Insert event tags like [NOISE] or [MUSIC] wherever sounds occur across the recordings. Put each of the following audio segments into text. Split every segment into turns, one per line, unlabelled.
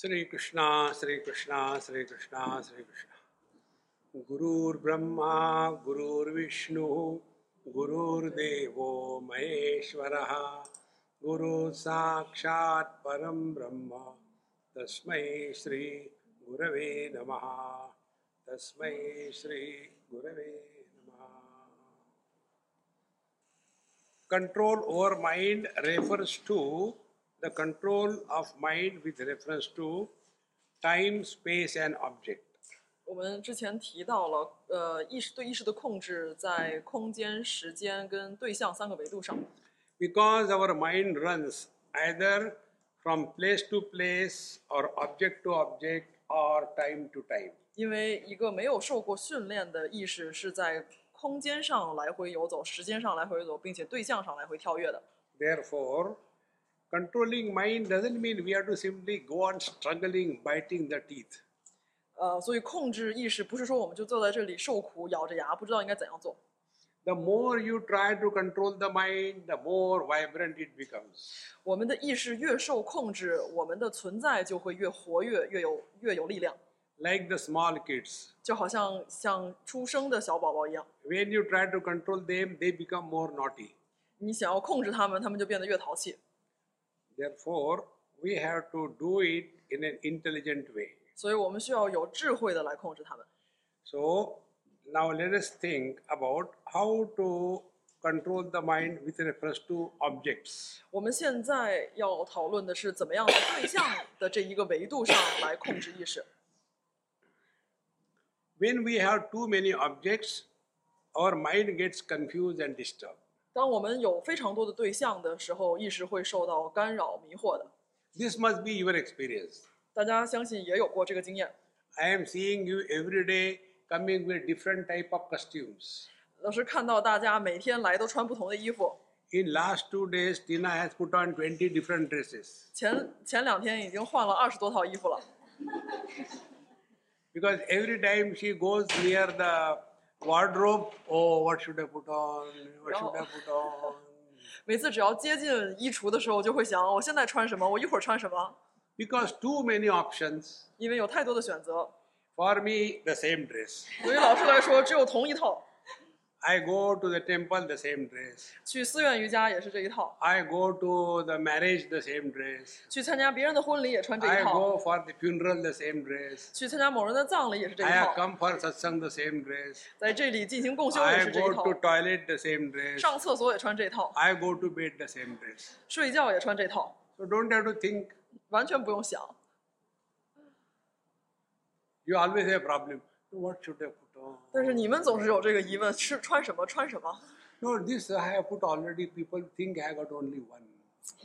श्रीकृष्णा श्रीकृष्णा श्रीकृष्णा श्रीकृष्णा गुरुर्ब्रह्मा गुरुर्विष्णुः गुरुर्देवो महेश्वरः गुरुः साक्षात् परं ब्रह्म तस्मै श्रीगुरवे नमः तस्मै श्रीगुरवे नमः control over mind refers to the control of mind with reference to time, space, and object.
我们之前提到了，呃，意识对意识的控制在空间、时间跟对象三个维度上，
Because our mind runs either from place to place, or object to object, or time to time.
因为一个没有受过训练的意识是在空间上来回游走、时间上来回游走，并且对象上来回跳跃的。
Therefore, controlling mind doesn't mean we have to simply go on struggling, biting the teeth.
呃，所以控制意识不是说我们就坐在这里受苦、咬着牙，不知道应该怎样做。
The more you try to control the mind, the more vibrant it becomes.
我们的意识越受控制，我们的存在就会越活跃、越有越有力量，
Like the small kids,
就好像像出生的小宝宝一样。
when you try to control them, they become more naughty.
你想要控制他们，他们就变得越淘气。
Therefore, we have to do it in an intelligent way.
所以我们需要有智慧的来控制他们。
So, now let us think about how to control the mind with reference to objects.
我们现在要讨论的是怎么样在对象的这一个维度上来控制意识。
When we have too many objects, our mind gets confused and disturbed.
当我们有非常多的对象的时候，意识会受到干扰、迷惑的。
This must be your experience.
大家相信也有过这个经验。
I am seeing you every day coming with different type of costumes.
老师看到大家每天来都穿不同的衣服，
In last two days, Tina has put on 20 different dresses.
前前两天已经换了二十多套衣服了，
Because every time she goes near the wardrobe, oh, what should I put on? What should I put on?
每次只要接近衣橱的时候，就会想我现在穿什么，我一会儿穿什么，
Because too many options.
因为有太多的选择。
For me, the same dress.
对于老师来说，只有同一套。
I go to the temple, the same dress.
去寺院瑜伽也是这一套，
I go to the marriage, the same dress.
去参加别人的婚礼也穿这
I
一套，
go for the funeral, the same dress.
去参加某人的葬礼也是这一
I
套
have，come for satsang, the same dress.
在这里进行共修也
I
是这一
go
套，
to toilet, the same dress.
上厕所也穿这一套，
I go to bed, the same dress.
睡觉也穿这套，
So don't have to think.
完全不用想。
You always have problem. What should I put on?
但是你们总是有这个疑问：吃穿什么穿什么？
No, this I have put already. People think I got only one.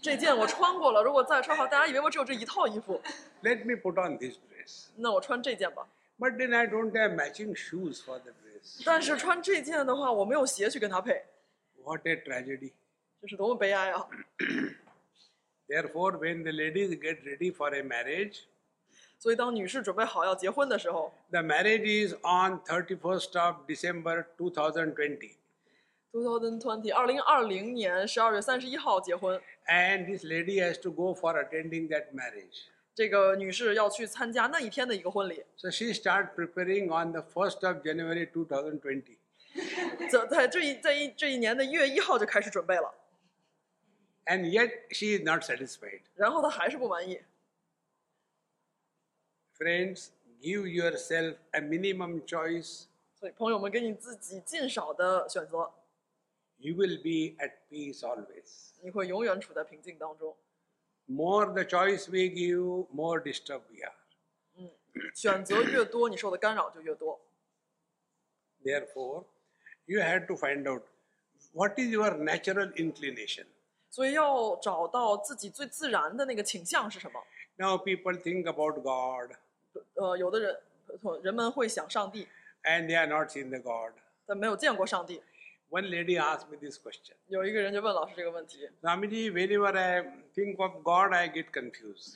这件我穿过了，如果再穿的话，大家以为我只有这一套衣服，
Let me put on this dress.
那我穿这件吧。
But then I don't have matching shoes for the dress.
但是穿这件的话，我没有鞋去跟它配，
What a tragedy.
这是多么悲哀啊！
Therefore, when the ladies get ready for a marriage,
所以当女士准备好要结婚的时候，
the marriage is on 31st of December 2020.
2020，二零二零年十二月三十一号结婚，
And this lady has to go for attending that marriage.
这个女士要去参加那一天的一个婚礼，
So she starts preparing on the 1st of January 2020.
在在这一在一这一年的一月一号就开始准备了，
And yet she is not satisfied.
然后她还是不满意。
Friends, give yourself a minimum choice.
所以朋友们，给你自己尽少的选择，
You will be at peace always.
你会永远处在平静当中。
More the choice we give, more disturbed we are.
选择越多，你受的干扰就越多。
Therefore, you have to find out what is your natural inclination.
所以要找到自己最自然的那个倾向是什么？
Now people think about God
呃，有的人人们会想上帝，
and they are not seeing the God.
但没有见过上帝。
One lady asked me this question.
有一个人就问老师这个问题：
Swamiji, whenever I think of God, I get confused.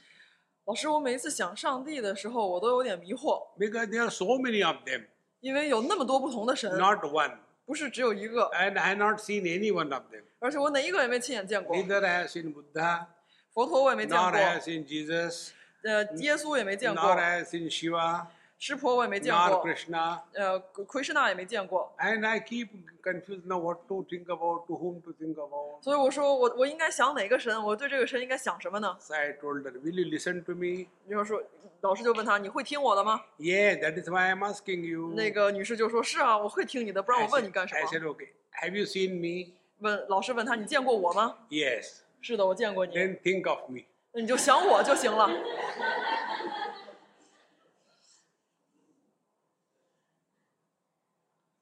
老师，我每一次想上帝的时候，我都有点迷惑，
Because there are so many of them,
因为有那么多不同的神，
not one.
不是只有一个，
And I have not seen any one of them.
而且我哪一个也没亲眼见过，
Neither I have seen Buddha,
佛陀我也没见
nor I have
过，
seen Jesus,
呃，耶稣也没见过
nor，as in Shiva,
湿婆我也没见
nor
过，
Krishna.
呃，奎奎师那也没见过。
And I keep confused now what to think about, to whom to think about.
所以我说我我应该想哪个神？我对这个神应该想什么呢？
So I told her, Will you listen to me?
女生说，老师就问他你会听我的吗？
Yeah, that is why I'm asking you.
那个女士就说是啊，我会听你的，不然
I
我问你
said,
干什
I
么？
said, Okay, have you seen me?
问老师问他你见过我吗？
Yes.
是的，我见过你。
Then think of me.
那你就想我就行了。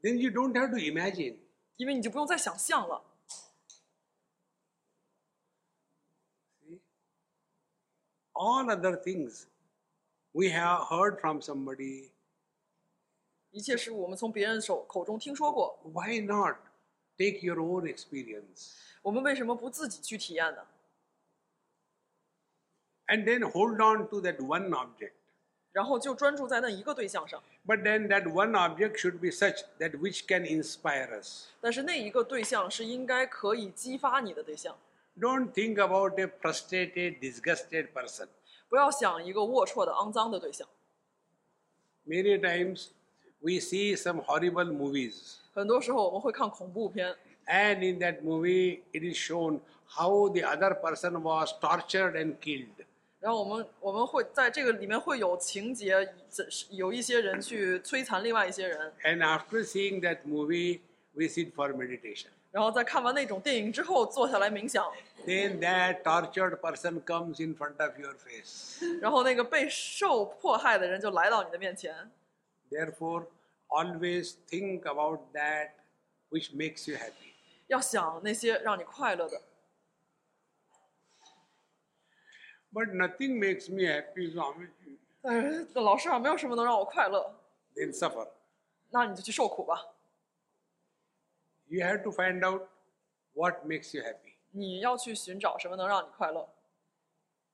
Then you don't have to imagine.
因为你就不用再想象了。
See? All other things we have heard from somebody.
一切事物我们从别人手口中听说过，
Why not take your own experience
我们为什么不自己去体验呢？
and then hold on to that one object?
然后就专注在那一个对象上，
But then that one object should be such that which can inspire us.
但是那一个对象是应该可以激发你的对象，
Don't think about a frustrated, disgusted person.
不要想一个龌龊的、肮脏的对象。
Many times we see some horrible movies,
很多时候我们会看恐怖片，
and in that movie, it is shown how the other person was tortured and killed.
然后我们我们会在这个里面会有情节，这是有一些人去摧残另外一些人，
And after seeing that movie, we sit for meditation.
然后在看完那种电影之后坐下来冥想，
Then that tortured person comes in front of your face.
然后那个被受迫害的人就来到你的面前，
Therefore, always think about that which makes you happy.
要想那些让你快乐的。
But nothing makes me happy, Swamiji.
但是老师啊，没有什么能让我快乐，
Then suffer.
那你就去受苦吧。
You have to find out what makes you happy.
你要去寻找什么能让你快乐。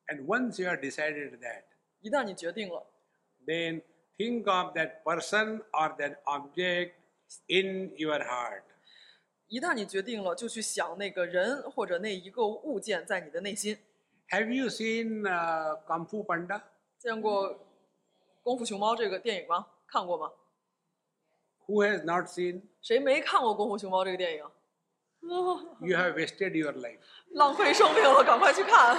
And once you have decided that,
一旦你决定了，
then think of that person or that object in your heart.
一旦你决定了，就去想那个人或者那一个物件在你的内心。
Have you seen uh, Kung Fu Panda?
见过《功夫熊猫》这个电影吗？看过吗？
Who has not seen?
谁没看过《功夫熊猫》这个电影？
You have wasted your life.
浪费生命了，赶快去看！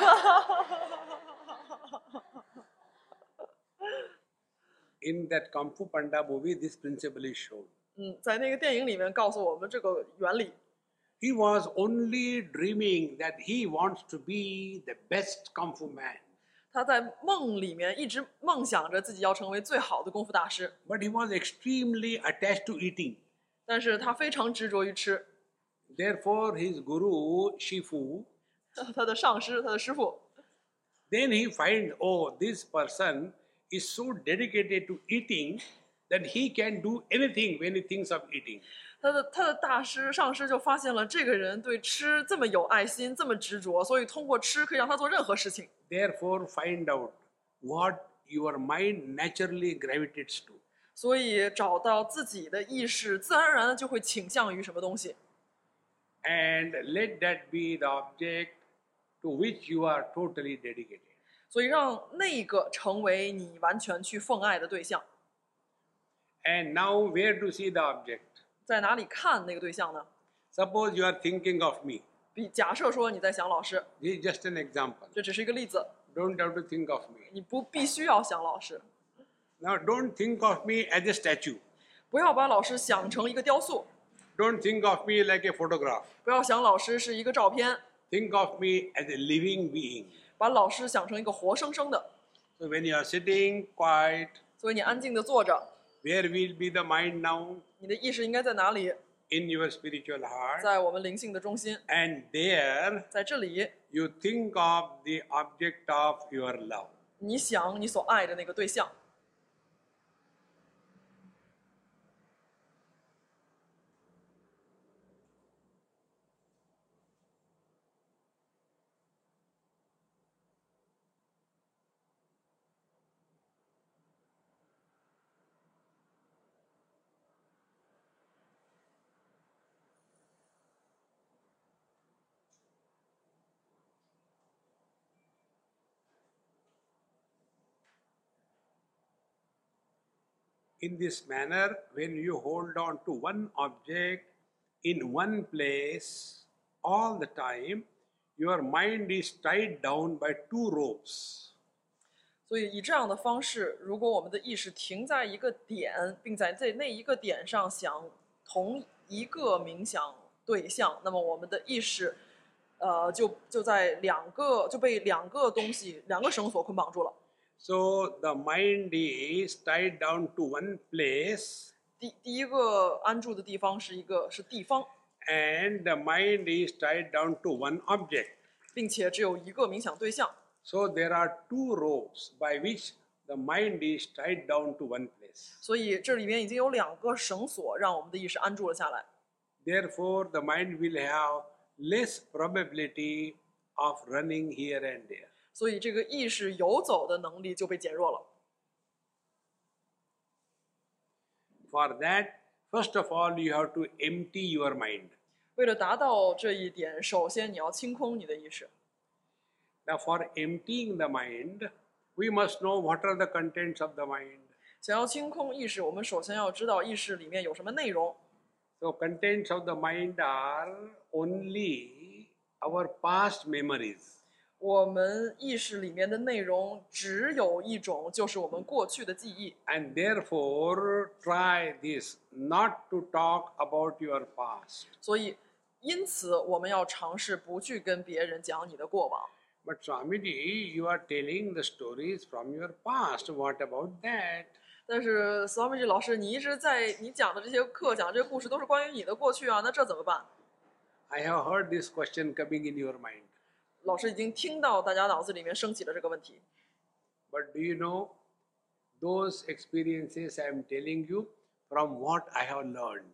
In that Kung Fu Panda movie, this principle is shown.
嗯，在那个电影里面告诉我们这个原理。
He was only dreaming that he wants to be the best Kung Fu man,
他在梦里面一直梦想着自己要成为最好的功夫大师，
but he was extremely attached to eating.
但是他非常执着于吃。
Therefore, his guru, Shifu,
他的上师，他的师傅
then he finds, oh, this person is so dedicated to eating that he can do anything when he thinks of eating.
他的他的大师上师就发现了这个人对吃这么有爱心，这么执着，所以通过吃可以让他做任何事情。
Therefore, find out what your mind naturally gravitates to.
所以找到自己的意识，自然而然的就会倾向于什么东西，
And let that be the object to which you are totally dedicated.
所以让那个成为你完全去奉爱的对象。
And now, where to see the object?
在哪里看那个对象呢？
Suppose you are thinking of me.
比假设说你在想老师，
This is just an example.
这只是一个例子，
Don't have to think of me.
你不必须要想老师，
Now, don't think of me as a statue.
不要把老师想成一个雕塑，
Don't think of me like a photograph.
不要想老师是一个照片，
Think of me as a living being.
把老师想成一个活生生的。
So when you are sitting quiet,
所以你安静的坐着，
where will be the mind now?
你的意识应该在哪里？
In your spiritual heart.
在我们灵性的中心，
And there
在这里，
you think of the object of your love.
你想你所爱的那个对象，
In this manner, when you hold on to one object in one place all the time, your mind is tied down by two ropes.
所以以这样的方式，如果我们的意识停在一个点，并在这那一个点上想同一个冥想对象，那么我们的意识，呃，就就在两个就被两个东西、两个绳索捆绑住了。
So the mind is tied down to one place
第第一个安住的地方是一个是地方，
and the mind is tied down to one object.
并且只有一个冥想对象，
So there are two ropes by which the mind is tied down to one place.
所以这里面已经有两个绳索让我们的意识安住了下来。
Therefore, the mind will have less probability of running here and there.
所以这个意识游走的能力就被减弱了。
For that, first of all, you have to empty your mind.
为了达到这一点，首先你要清空你的意识。
Now, for emptying the mind, we must know what are the contents of the mind.
想要清空意识，我们首先要知道意识里面有什么内容。
So, contents of the mind are only our past memories.
我们意识里面的内容只有一种，就是我们过去的记忆。
And therefore, try this not to talk about your past,
所以，因此我们要尝试不去跟别人讲你的过往。
But Swamiji, you are telling the stories from your past. What about that?
但是 Swamiji 老师，你一直在你讲的这些课讲的这些故事都是关于你的过去啊，那这怎么办？
I have heard this question coming in your mind.
老师已经听到大家脑子里面升起了这个问题。
But do you know those experiences I am telling you from what I have learned?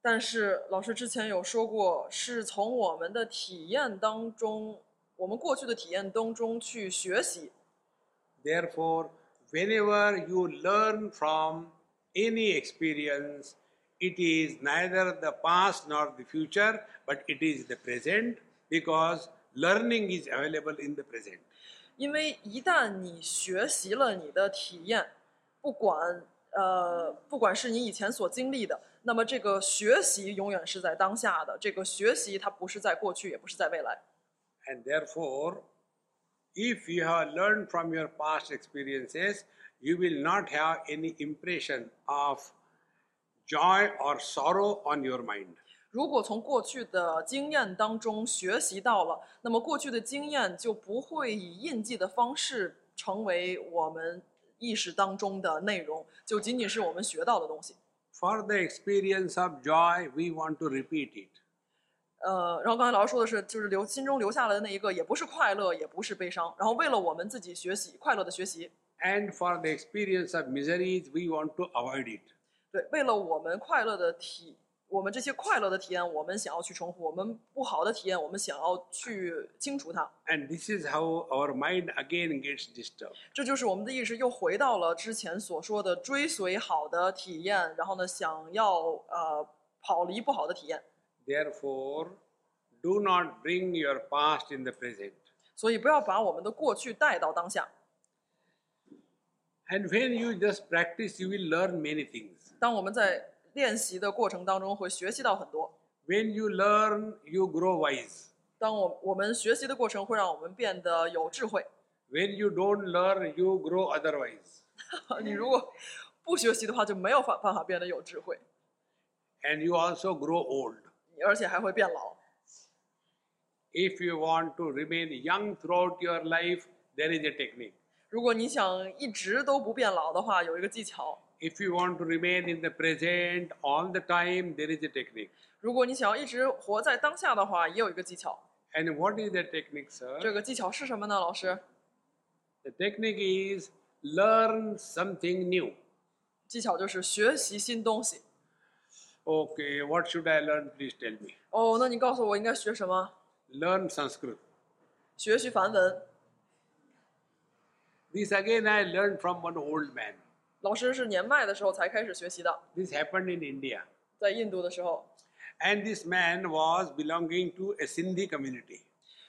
但是老师之前有说过，是从我们的体验当中，我们过去的体验当中去学习。
Therefore, whenever you learn from any experience, it is neither the past nor the future, but it is the present because learning is available in the present.
因为一旦你学习了你的体验，不管呃，不管是你以前所经历的，那么这个学习永远是在当下的。这个学习它不是在过去，也不是在未来。
And therefore, if you have learned from your past experiences, you will not have any impression of joy or sorrow on your mind.
如果从过去的经验当中学习到了，那么过去的经验就不会以印记的方式成为我们意识当中的内容，就仅仅是我们学到的东西。
For the experience of joy, we want to repeat it.
呃，然后刚才老师说的是，就是留心中留下来的那一个，也不是快乐，也不是悲伤。然后为了我们自己学习快乐的学习，
And for the experience of miseries, we want to avoid it.
对，为了我们快乐的体，我们这些快乐的体验，我们想要去重复；我们不好的体验，我们想要去清除它。
And this is how our mind again gets disturbed.
这就是我们的意识又回到了之前所说的追随好的体验，然后呢，想要呃跑离不好的体验。
Therefore, do not bring your past in the present.
所以不要把我们的过去带到当下。
And when you just practice, you will learn many things.
当我们在练习的过程当中，会学习到很多。
When you learn, you grow wise.
当我我们学习的过程会让我们变得有智慧。 [LAUGHS]
When you don't learn, you grow otherwise.
你如果不学习的话，就没有法办法变得有智慧，
And you also grow old.
而且还会变老。
If you want to remain young throughout your life, there is a technique.
如果你想一直都不变老的话，有一个技巧；
If you want to remain in the present all the time, there is a technique.
如果你想要一直活在当下的话，也有一个技巧。
And what is the technique, sir?
这个技巧是什么呢？老师，
The technique is learn something new.
技巧就是学习新东西。
Okay, what should I learn? Please tell me.
哦，那你告诉我应该学什么？
Learn Sanskrit.
学习梵文。
This again I learned from one old man.
老师是年迈的时候才开始学习的，
This happened in India.
在印度的时候。
And this man was belonging to a Sindhi community.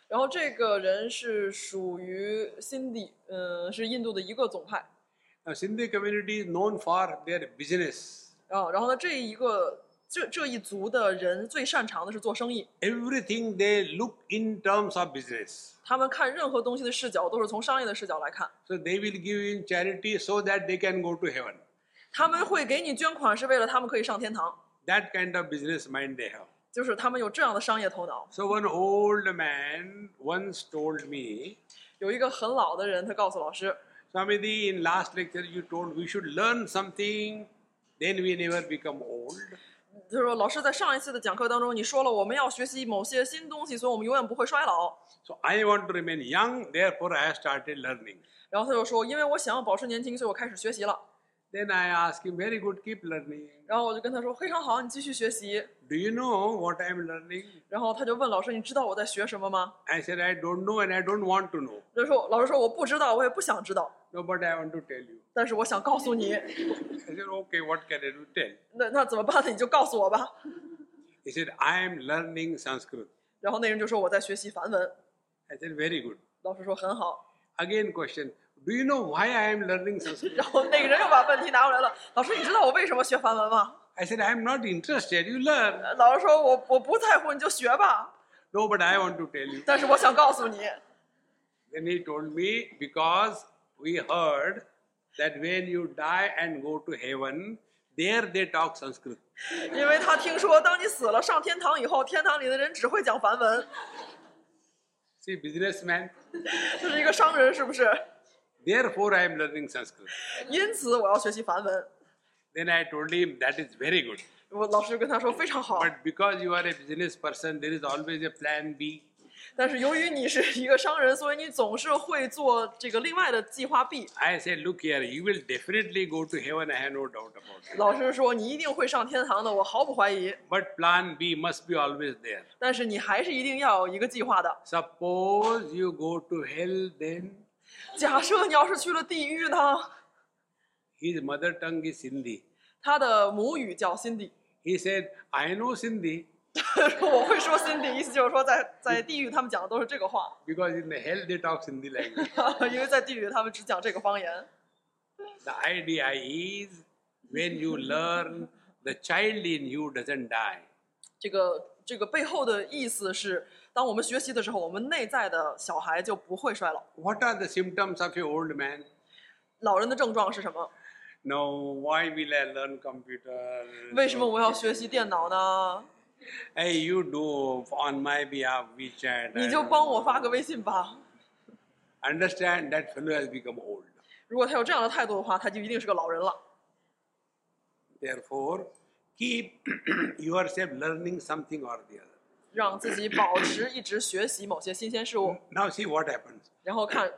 然后这个人是属于辛迪，嗯，是印度的一个总派。
Now, Sindhi community is known for their business.
啊，然后呢，这一个这这一族的人最擅长的是做生意，
Everything they look in terms of business.
他们看任何东西的视角都是从商业的视角来看，
So they will give in charity so that they can go to heaven.
他们会给你捐款是为了他们可以上天堂，
That kind of business mind they have.
就是他们有这样的商业头脑。
So one old man once told me,
有一个很老的人，他告诉老师，
Swamiji, in last lecture you told we should learn something, then we never become old.
他说老师在上一次的讲课当中，你说了我们要学习某些新东西，所以我们永远不会衰老。
So I want to remain young, therefore I have started learning.
然后他就说，因为我想要保持年轻，所以我开始学习了。
Then I asked him, very good, keep learning.
然后我就跟他说，非常好，你继续学习。
Do you know what I am learning?
然后他就问老师，你知道我在学什么吗？
I said, I don't know and I don't want to know.
他说，老师说我不知道，我也不想知道，
No, but I want to tell you.
但是我想告诉你。
I said, okay, what can I do? Tell.
那那怎么办呢？你就告诉我吧。
He said, I am learning Sanskrit.
然后那人就说我在学习梵文。
I said, very good.
老师说很好。
Again, question. Do you know why I am learning Sanskrit?
然后那个人又把问题拿过来了。老师，你知道我为什么学梵文吗？
I said, I am not interested. You learn.
呃老师说我我不在乎，你就学吧。
No, but I want to tell you.
但是我想告诉你，
Then he told me, because we heard that when you die and go to heaven, there they talk Sanskrit.
因为他听说，当你死了上天堂以后，天堂里的人只会讲梵文。
See, businessman.
这是一个商人，是不是？
Therefore, I am learning Sanskrit.
因此我要学习梵文。
Then I told him, that is very good.
我老师就跟他说非常好，
But because you are a business person, there is always a plan B.
但是由于你是一个商人，所以你总是会做这个另外的计划 B。
I said, look here, you will definitely go to heaven, I have no doubt about it.
老师说你一定会上天堂的，我毫不怀疑。
But plan B must be always there.
但是你还是一定要有一个计划的。
Suppose you go to hell, then
假设你要是去了地狱呢？
his mother tongue is Sindhi.
他的母语叫 Cindy， [LAUGHS]
He said, I know Sindhi
说我会说 Cindy，意思就是说在在地狱他们讲的都是这个话， [LAUGHS]
because in the hell they talk Sindhi language.
因为在地狱他们只讲这个方言。
the idea is when you learn, the child in you doesn't die.
这个这个背后的意思是，当我们学习的时候，我们内在的小孩就不会衰老。
What are the symptoms of an old man?
老人的症状是什么？
No, why will I learn computer?
为什么我要学习电脑呢？
Hey, you do on my behalf, WeChat.
你
I
就
don't
帮我
know.
发个微信吧。
Understand that fellow has become old.
如果他有这样的态度的话，他就一定是个老人了。
Therefore, keep [CLEARS THROAT] yourself learning something or the other.
让自己保持一直学习某些新鲜事物，
Now, see what happens.
然后看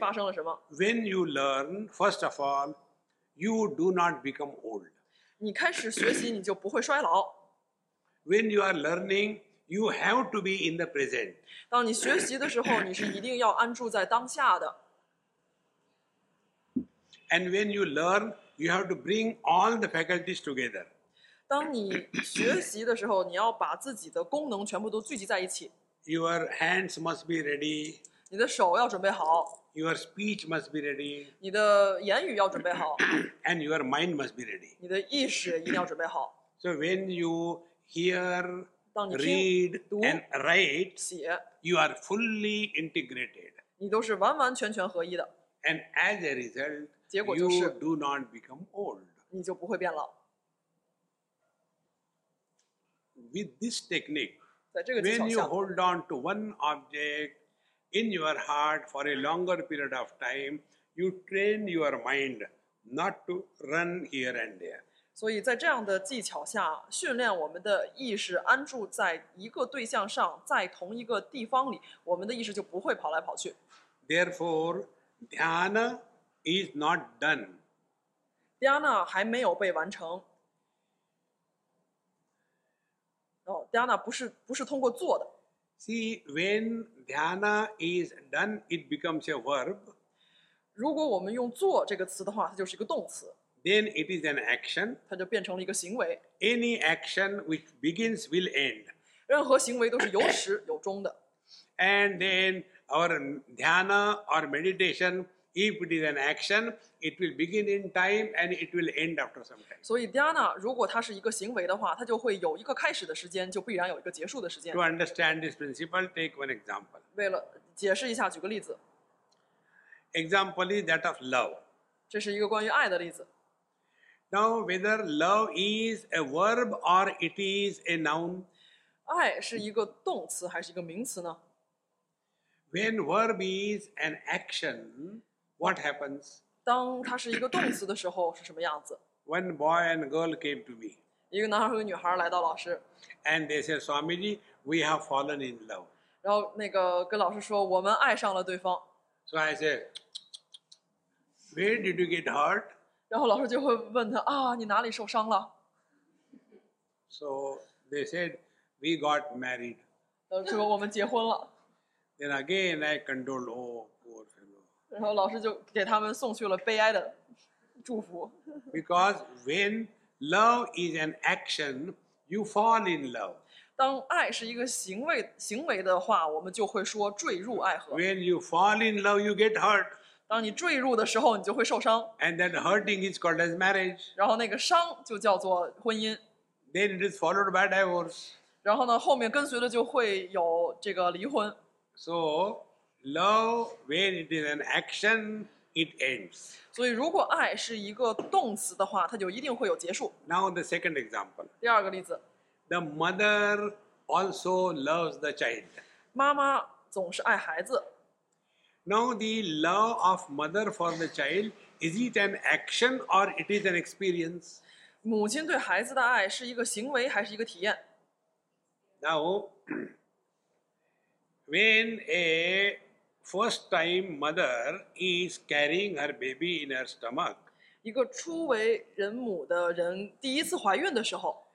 发生了什么。
When you learn, first of all, you do not become old.
你开始学习，你就不会衰老。
When you are learning, you have to be in the present.
当你学习的时候，你是一定要安住在当下的。
And when you learn, you have to bring all the faculties together.
当你学习的时候，你要把自己的功能全部都聚集在一起。
Your hands must be ready,
你的手要准备好，
your speech must be ready,
你的言语要准备好，
and your mind must be ready.
你的意识也一定要准备好。
So when you hear,
当你听、
read,
读、
and write,
写，
you are fully integrated.
你都是完完全全合一的，
And as a result,
结果就是-
you do not become old.
你就不会变老。
With this technique,
在这个技巧
when you
下，
hold on to one object in your heart for a longer period of time, you train your mind not to run here and there.
所以在这样的技巧下，训练我们的意识安住在一个对象上，在同一个地方里，我们的意识就不会跑来跑去。
Therefore, dhyana is not done.
迪安娜还没有被完成。哦，迪安娜不是不是通过做的。
See, when dhyana is done, it becomes a verb,
如果我们用“做”这个词的话，它就是一个动词，
then it is an action.
它就变成了一个行为。
Any action which begins will end.
任何行为都是有始有终的。
And then our dhyana or meditation If it is an action, it will begin in time and it will end after some time.
所以 Dhyana 如果它是一个行为的话，它就会有一个开始的时间，就必然有一个结束的时间
To。understand this principle, take one example.
为了解释一下，举个例子，
Example is that of love.
这是一个关于爱的例子。
Now, whether love is a verb or it is a noun,
爱是一个动词还是一个名词呢？
when verb is an action, what happens?
当它是一个动词的时候是什么样子？
One boy and girl came to me
一个男孩和一个女孩来到老师，
and they said, Swamiji, we have fallen in love.
然后那个跟老师说我们爱上了对方，
So I said, Where did you get hurt?
然后老师就会问他啊你哪里受伤了？
So they said, We got married.
呃说我们结婚了，
Then again I condoled, Oh, poor fellow.
然后老师就给他们送去了悲哀的祝福，
Because when love is an action, you fall in love.
当爱是一个行为行为的话，我们就会说坠入爱河。
When you fall in love, you get hurt.
当你坠入的时候，你就会受伤，
And that hurting is called as marriage.
然后那个伤就叫做婚姻。
Then it is followed by divorce.
然后呢，后面跟随的就会有这个离婚。
So, love, when it is an action, it ends.
所以，如果爱是一个动词的话，它就一定会有结束。
Now, the second example
第二个例子，
the mother also loves the child.
妈妈总是爱孩子，
Now, the love of mother for the child is it an action or it is an experience?
母亲对孩子的爱是一个行为还是一个体验？
Now, [CLEARS THROAT] when a first time mother is carrying her baby in her stomach,
一个初为人母的人第一次怀孕的时候，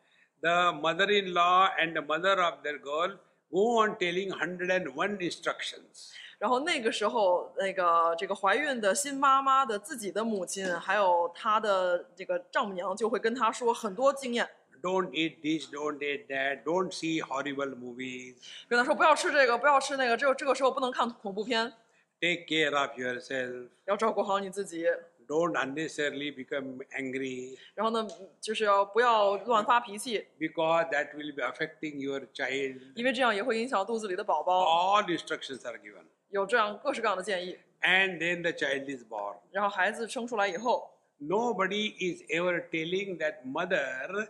the mother in law and the mother of their girl go on telling 101 instructions.
然后那个时候，那个这个怀孕的新妈妈的自己的母亲，还有她的这个丈母娘，就会跟她说很多经验，
Don't eat this, don't eat that, don't see horrible movies,
跟她说不要吃这个，不要吃那个，只有这个时候不能看恐怖片，
take care of yourself,
要照顾好你自己。
don't unnecessarily become angry
然后呢，就是要不要乱发脾气，
because that will be affecting your child.
因为这样也会影响肚子里的宝宝。
All instructions are given.
有这样各式各样的建议。
And then the child is born.
然后孩子生出来以后，
Nobody is ever telling that mother,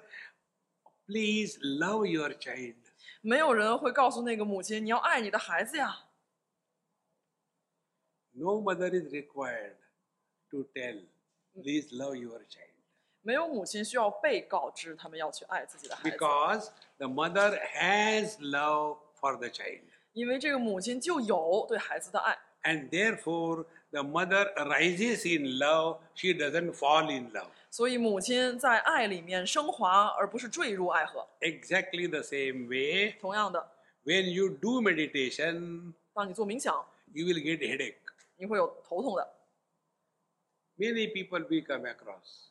please love your child.
没有人会告诉那个母亲你要爱你的孩子呀，
No mother is required to tell, please love your child.
没有母亲需要被告知他们要去爱自己的孩子，
Because the mother has love for the child.
因为这个母亲就有对孩子的爱。
And therefore, the mother rises in love, she doesn't fall in love.
所以，母亲在爱里面升华，而不是坠入爱河。
Exactly the same way,
同样的，
when you do meditation,
当你做冥想，
you will get headache.
你会有头痛的。
Many people we come across.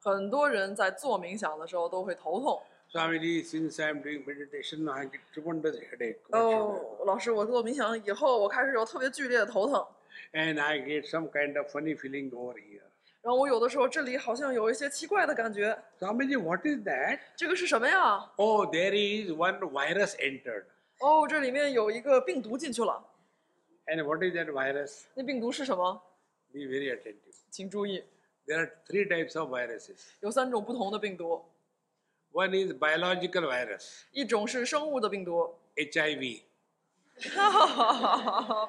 很多人在做冥想的时候都会头痛。
Swamiji, since I am doing meditation, I get tremendous headache. What
Oh.
should I do?
哦，老师，我做冥想以后，我开始有特别剧烈的头疼，
And I get some kind of funny feeling over here.
然后我有的时候这里好像有一些奇怪的感觉，
Swamiji, what is that?
这个是什么呀？
Oh, there is one virus entered.
哦，这里面有一个病毒进去了，
And what is that virus?
那病毒是什么？
Be very attentive.
请注意，
There are three types of viruses.
有三种不同的病毒，
One is biological virus,
一种是生物的病毒， [LAUGHS]
HIV.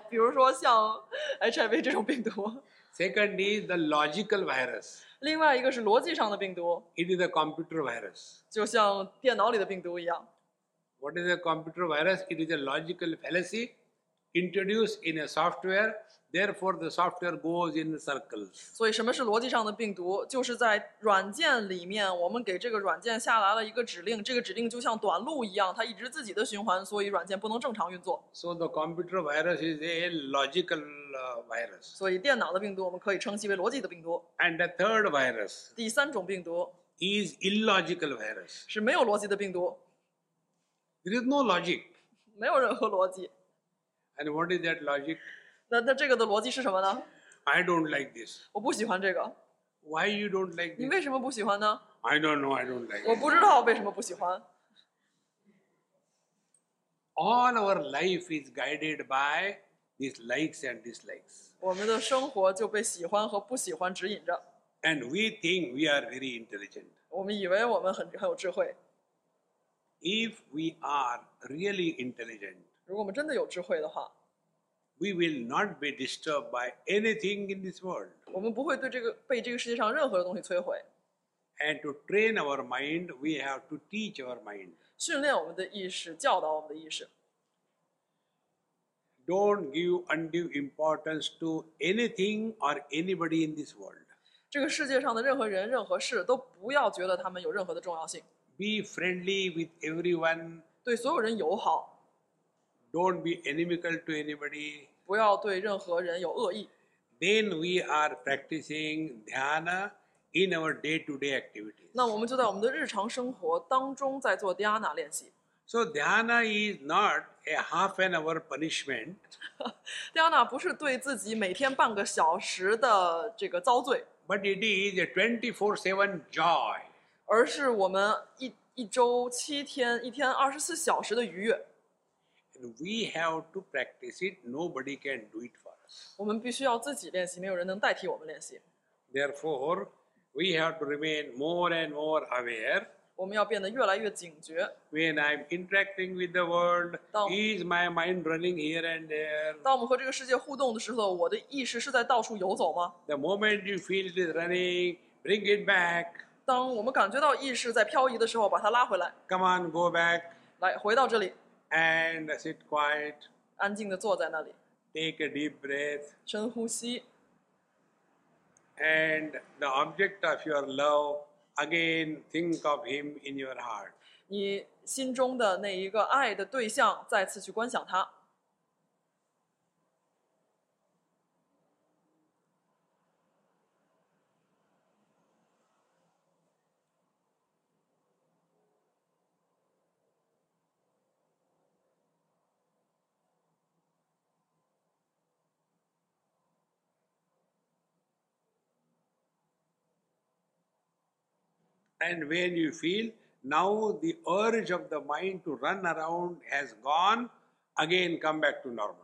比如说像 HIV 这种病毒，
Second is the logical virus.
另外一个是逻辑上的病毒，
It is a computer virus.
就像电脑里的病毒一样。
What is a computer virus? It is a logical fallacy introduced in a software. Therefore, the software goes in circles.
所以，什么是逻辑上的病毒？就是在软件里面，我们给这个软件下达了一个指令，这个指令就像短路一样，它一直自己的循环，所以软件不能正常运作。
So, the computer virus is a logical uh, virus.
所以，电脑的病毒我们可以称其为逻辑的病毒。
And the third virus
第三种病毒
is illogical virus.
是没有逻辑的病毒，
There is no logic.
没有任何逻辑。
And what is that logic?
那那这个的逻辑是什么呢？
I don't like this.
我不喜欢这个。
Why you don't like
你
this?
为什么不喜欢呢？
I don't know. I don't like
我
it.
不知道为什么不喜欢。
All our life is guided by these likes and dislikes.
我们的生活就被喜欢和不喜欢指引着。
And we think we are very intelligent.
我们以为我们很很有智慧，
If we are really intelligent,
如果我们真的有智慧的话，
we will not be disturbed by anything in this world.
我们不会对这个被这个世界上任何的东西摧毁。
And to train our mind, we have to teach our mind.
训练我们的意识，教导我们的意识，
Don't give undue importance to anything or anybody in this world.
这个世界上的任何人、任何事都不要觉得他们有任何的重要性，
Be friendly with everyone.
对所有人友好，
Don't be inimical to anybody.
不要对任何人有恶意。
Then we are practicing dhyana in our day to day activities.
那我们就在我们的日常生活当中在做 Diana 练习。
So, dhyana is not a half an hour punishment,
Diana 不是对自己每天半个小时的这个遭罪，
but it is a 24 7 joy.
而是我们一一周七天，一天二十四小时的愉悦。
And we have to practice it. Nobody can do it for us.
我们必须要自己练习，没有人能代替我们练习。
Therefore, we have to remain more and more aware.
我们要变得越来越警觉。
When I'm interacting with the world,
Tom.
is my mind running here and there?
当我们和这个世界互动的时候，我的意识是在到处游走吗？
The moment you feel it is running, bring it back.
当我们感觉到意识在漂移的时候，把它拉回来，
Come on, go back
来回到这里，
and sit quiet.
安静的坐在那里，
Take a deep breath.
深呼吸，
And the object of your love, again, think of him in your heart.
你心中的那一个爱的对象，再次去观想它。
And when you feel now the urge of the mind to run around has gone, again come back to normal.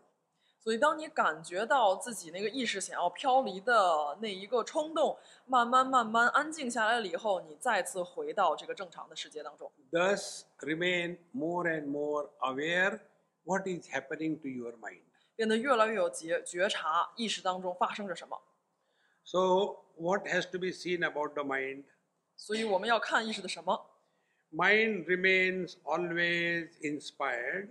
所以，当你感觉到自己那个意识想要飘离的那一个冲动，慢慢慢慢安静下来了以后，你再次回到这个正常的世界当中。
Thus, remain more and more aware what is happening to your mind.
变得越来越有觉觉察，意识当中发生着什么。
So, what has to be seen about the mind?
所以我们要看意识的什么？
Mind remains always inspired.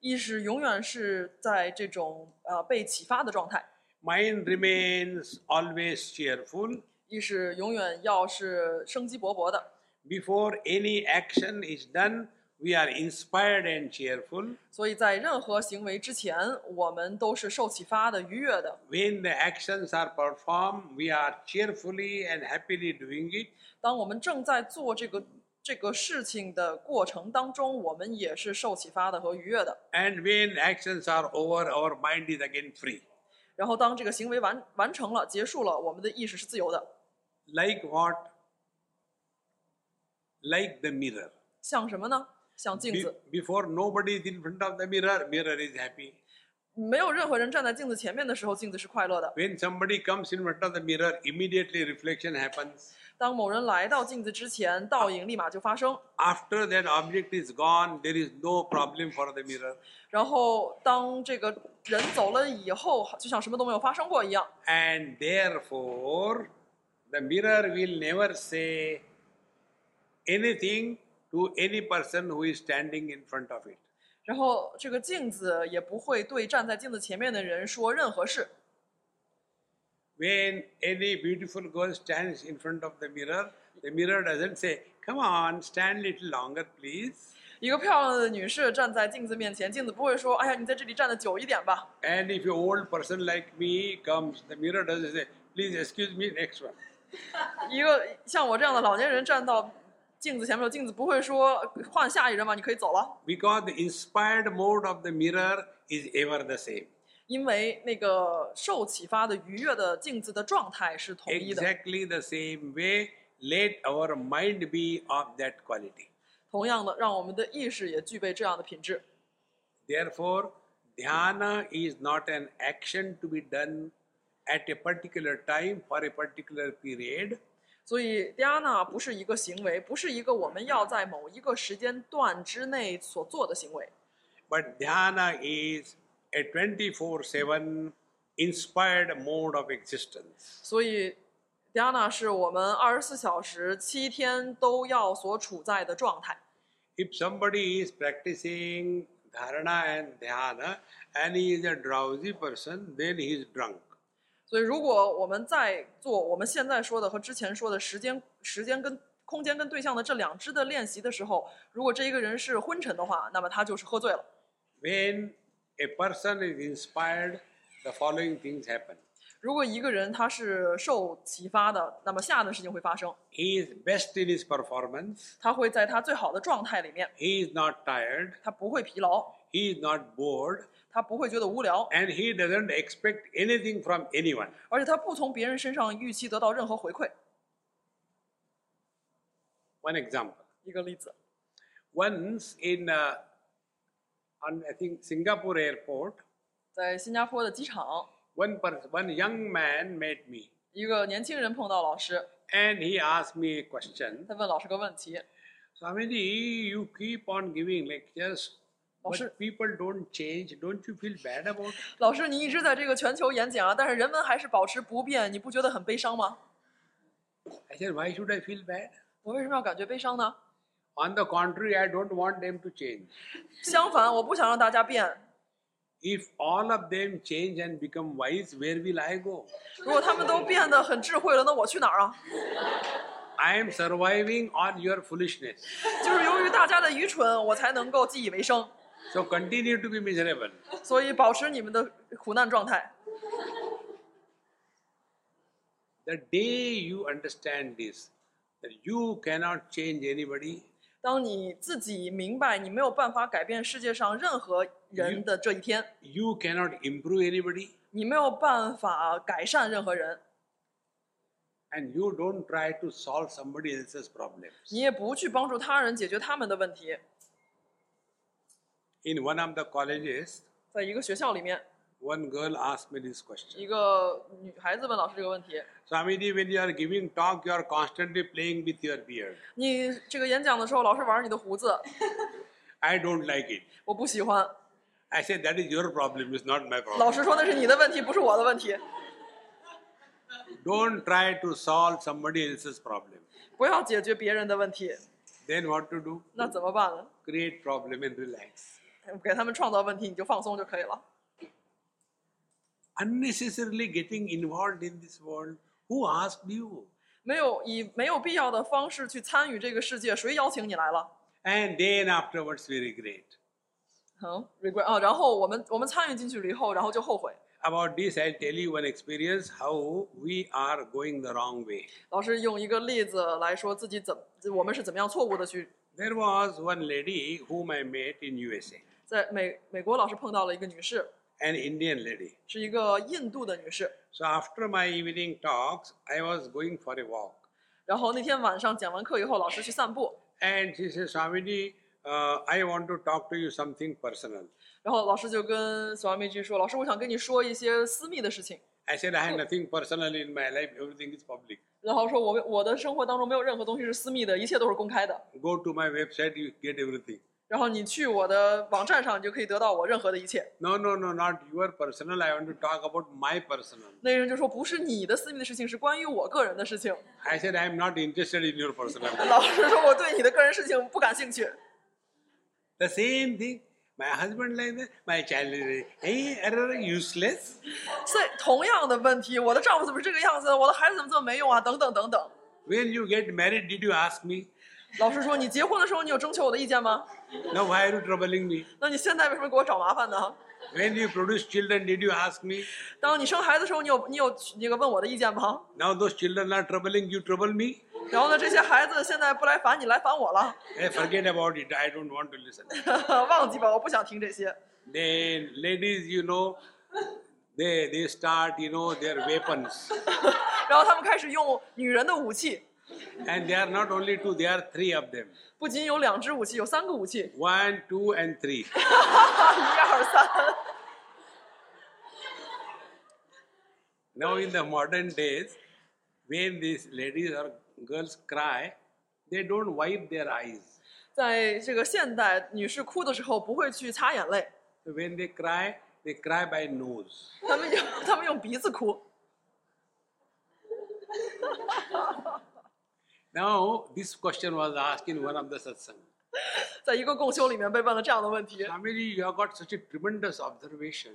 意识永远是在这种呃被启发的状态，
Mind remains always cheerful.
意识永远要是生机勃勃的。
Before any action is done, we are inspired and cheerful.
所以在任何行为之前，我们都是受启发的、愉悦的。
When the actions are performed, we are cheerfully and happily doing it.
当我们正在做这个这个事情的过程当中，我们也是受启发的和愉悦的。
And when actions are over, our mind is again free.
然后当这个行为完完成了、结束了，我们的意识是自由的，
Like what? Like the mirror.
像什么呢？像镜
Be-
子，
before nobody is in front of the mirror, mirror is happy.
没有任何人站在镜子前面的时候，镜子是快乐的。
When somebody comes in front of the mirror, immediately reflection happens.
当某人来到镜子之前，倒影立马就发生。
After that object is gone, there is no problem for the mirror.
然后当这个人走了以后，就像什么都没有发生过一样。
And therefore, the mirror will never say anything to any person who is standing in front of it.
然后这个镜子也不会对站在镜子前面的人说任何事。
When any beautiful girl stands in front of the mirror, the mirror doesn't say, Come on, stand little longer, please.
一个漂亮的女士站在镜子面前，镜子不会说：“哎呀，你在这里站的久一点吧。
And if an old person like me comes, the mirror doesn't say, Please excuse me, next one. ”
一个像我这样的老年人站到镜子前面，镜子不会说：“换下一人吧，你可以走了。
Because the inspired mode of the mirror is ever the same. ”
因为那个受启发的愉悦的镜子的状态是统一的。
Exactly the same way, let our mind be of that quality.
同样的，让我们的意识也具备这样的品质。
Therefore, dhyana is not an action to be done at a particular time for a particular period.
所以，Diana 不是一个行为，不是一个我们要在某一个时间段之内所做的行为，
But dhyana is a 24 7 inspired mode of existence.
所以，Diana 是我们二十四小时、七天都要所处在的状态。
If somebody is practicing dharana and dhyana and he is a drowsy person, then he is drunk.
所以，如果我们在做我们现在说的和之前说的时间、时间跟空间跟对象的这两支的练习的时候，如果这一个人是昏沉的话，那么他就是喝醉了。
When a person is inspired, the following things happen.
如果一个人他是受启发的，那么下的事情会发生，
He is best in his performance.
他会在他最好的状态里面，
He is not tired.
他不会疲劳，
He is not bored.
他不会觉得无聊，
And he doesn't expect anything from anyone.
而且他不从别人身上预期得到任何回馈。
One example.
一个例子，
Once in, uh, on, I think, Singapore airport,
在新加坡的机场，
one, person, one young man met me
一个年轻人碰到老师，
and he asked me a question.
他问老师个问题，
Swamiji, you keep on giving lectures, but
Sir.
people don't change. Don't you feel bad about it?
老师你一直在这个全球演讲啊，但是人们还是保持不变，你不觉得很悲伤吗？
I said, why should I feel bad?
我为什么要感觉悲伤呢？
On the contrary, I don't want them to change.
相反，我不想让大家变。
If all of them change and become wise, where will I go?
如果他们都变得很智慧了，那我去哪儿啊？
I am surviving on your foolishness.
就是由于大家的愚蠢，我才能够自以为生。
So continue to be miserable.
所以保持你们的苦难状态。
The day you understand this, that you cannot change anybody,
当你自己明白你没有办法改变世界上任何人的这一天，
you cannot improve anybody,
你没有办法改善任何人，
and you don't try to solve somebody else's problem.
你也不去帮助他人解决他们的问题。
In one of the colleges,
在一个学校里面，
one girl asked me this question.
一个女孩子问老师这个问题：
Swamiji, when you are giving talk, you are constantly playing with your beard.
你这个演讲的时候，老是玩你的胡子，
I don't like it.
我不喜欢。
I said, that is your problem, it's not my
老
problem.
师说那是你的问题，不是我的问题。
Don't try to solve somebody else's problem.
不要解决别人的问题，
Then what to do?
那怎么办呢？
Create problem and relax.
给他们创造问题，你就放松就可以了。
Unnecessarily getting involved in this world. Who asked you?
没有以没有必要的方式去参与这个世界，谁邀请你来了？
And then afterwards we regret.
嗯，regret 啊，然后我们我们参与进去了以后，然后就后悔。
About this, I'll tell you one experience how we are going the wrong way.
老师用一个例子来说自己怎我们是怎么样错误的去
There was one lady whom I met in USA,
在美美国，老师碰到了一个女士，
an Indian lady.
是一个印度的女士。
So after my evening talks, I was going for a walk.
然后那天晚上讲完课以后，老师去散步，
And she says, Swamiji, uh, I want to talk to you something personal.
然后老师就跟 Swamiji 说：“老师，我想跟你说一些私密的事情。
I said, I have nothing personal in my life. Everything is public. ”
然后说我：“我的生活当中没有任何东西是私密的，一切都是公开的。
Go to my website, you get everything.
然后你去我的网站上，你就可以得到我任何的一切。”
No, no, no, not your personal. I want to talk about my personal.
那人就说：“不是你的私密的事情，是关于我个人的事情。
I said, I am not interested in your personal. ”
[LAUGHS] 老师说：“我对你的个人事情不感兴趣。
the same thing. My husband like that, my child is like, hey, error, useless. ”
所以同样的问题，我的丈夫怎么是这个样子？我的孩子怎么这么没用啊？等等等等。
When you get married, did you ask me?
老师说：“你结婚的时候，你有征求我的意见吗？
Now why are you troubling me?
那你现在为什么给我找麻烦呢？
When you produce children, did you ask me?
当你生孩子的时候，你有你有那个问我的意见吗？
Now those children are troubling you, trouble me?
然后呢，这些孩子现在不来烦你，来烦我了， [LAUGHS]
Eh, forget about it. I don't want to listen.
忘记吧，我不想听这些。
Then, ladies, you know, they they start you know their weapons
然后他们开始用女人的武器，
and they are not only two they are three of them
不仅有两只武器，有三个武器， [LAUGHS]
one two and three
一二三。
now in the modern days when these ladies or girls cry they don't wipe their eyes
在这个现代，女士哭的时候不会去擦眼泪，
when they cry they cry by nose
她们用她们用鼻子哭。
now this question was asked in one of the satsang
在一个共修里面被问了这样的问题：
Swamiji, you have got such a tremendous observation.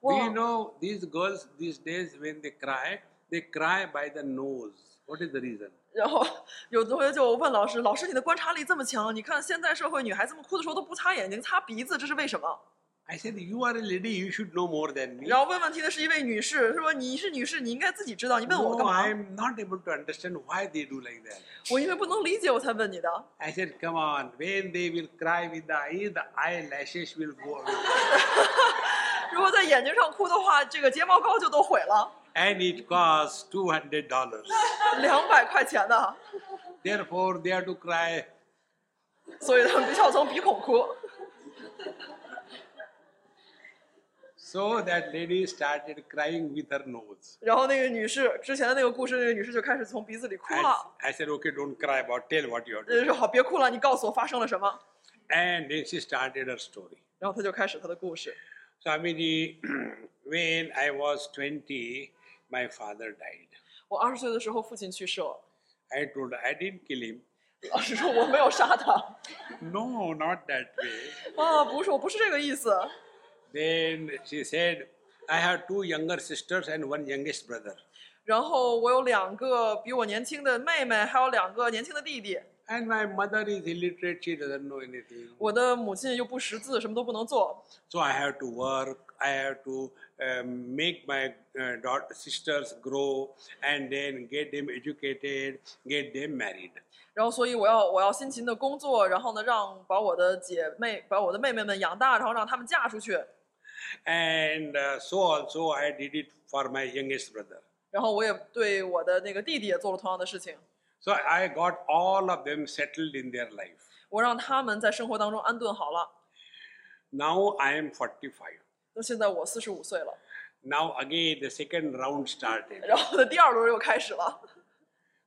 Do
Wow.
you know these girls these days when they cry, they cry by the nose. What is the reason?
然后有同学就问老师：“老师，你的观察力这么强，你看现在社会女孩子们哭的时候都不擦眼睛，擦鼻子，这是为什么
I said, you are a lady, you should know more than？”me.
然后问问题的是一位女士，说：“你是女士，你应该自己知道，你问我
No,
干嘛
I am not able to understand why they do like that.
我因为不能理解，我才问你的。
I said, come on, when they will cry with the eyes, the eyelashes will go away.
如果在眼睛上哭的话，这个睫毛膏就都毁了，
and it costs $200.
两百块钱的，
Therefore, they have to cry.
所以他们必须要从鼻孔哭。
So that lady started crying with her nose.
然后那个女士之前的那个故事，那个女士就开始从鼻子里哭
I,
了，
I said, okay, don't cry about, tell what you are doing.
呃，说好别哭了，你告诉我发生了什么。
And then she started her story.
然后她就开始她的故事。
Swamiji, [CLEARS THROAT] when I was 20, my father died.
我二十岁的时候，父亲去世了。
I told her, I didn't kill him.
老师说我没有杀他，
No, not that way.
啊，不是，我不是这个意思。
Then she said, I have two younger sisters and one youngest brother.
然后我有两个比我年轻的妹妹，还有两个年轻的弟弟。
And my mother is illiterate, she doesn't know anything.
我的母亲又不识字，什么都不能做，
So I have to work, I have to um, make my uh, daughter, sisters grow and then get them educated, get them married.
然后所以我要我要辛勤的工作，然后呢，让把我的姐妹把我的妹妹们养大，然后让她们嫁出去。
And uh, so also I did it for my youngest brother.
然后我也对我的那个弟弟也做了同样的事情，
So I got all of them settled in their life.
我让他们在生活当中安顿好了。
Now I am 45.
那现在我四十五岁了，
Now again the second round started.
然后呢，第二轮又开始了。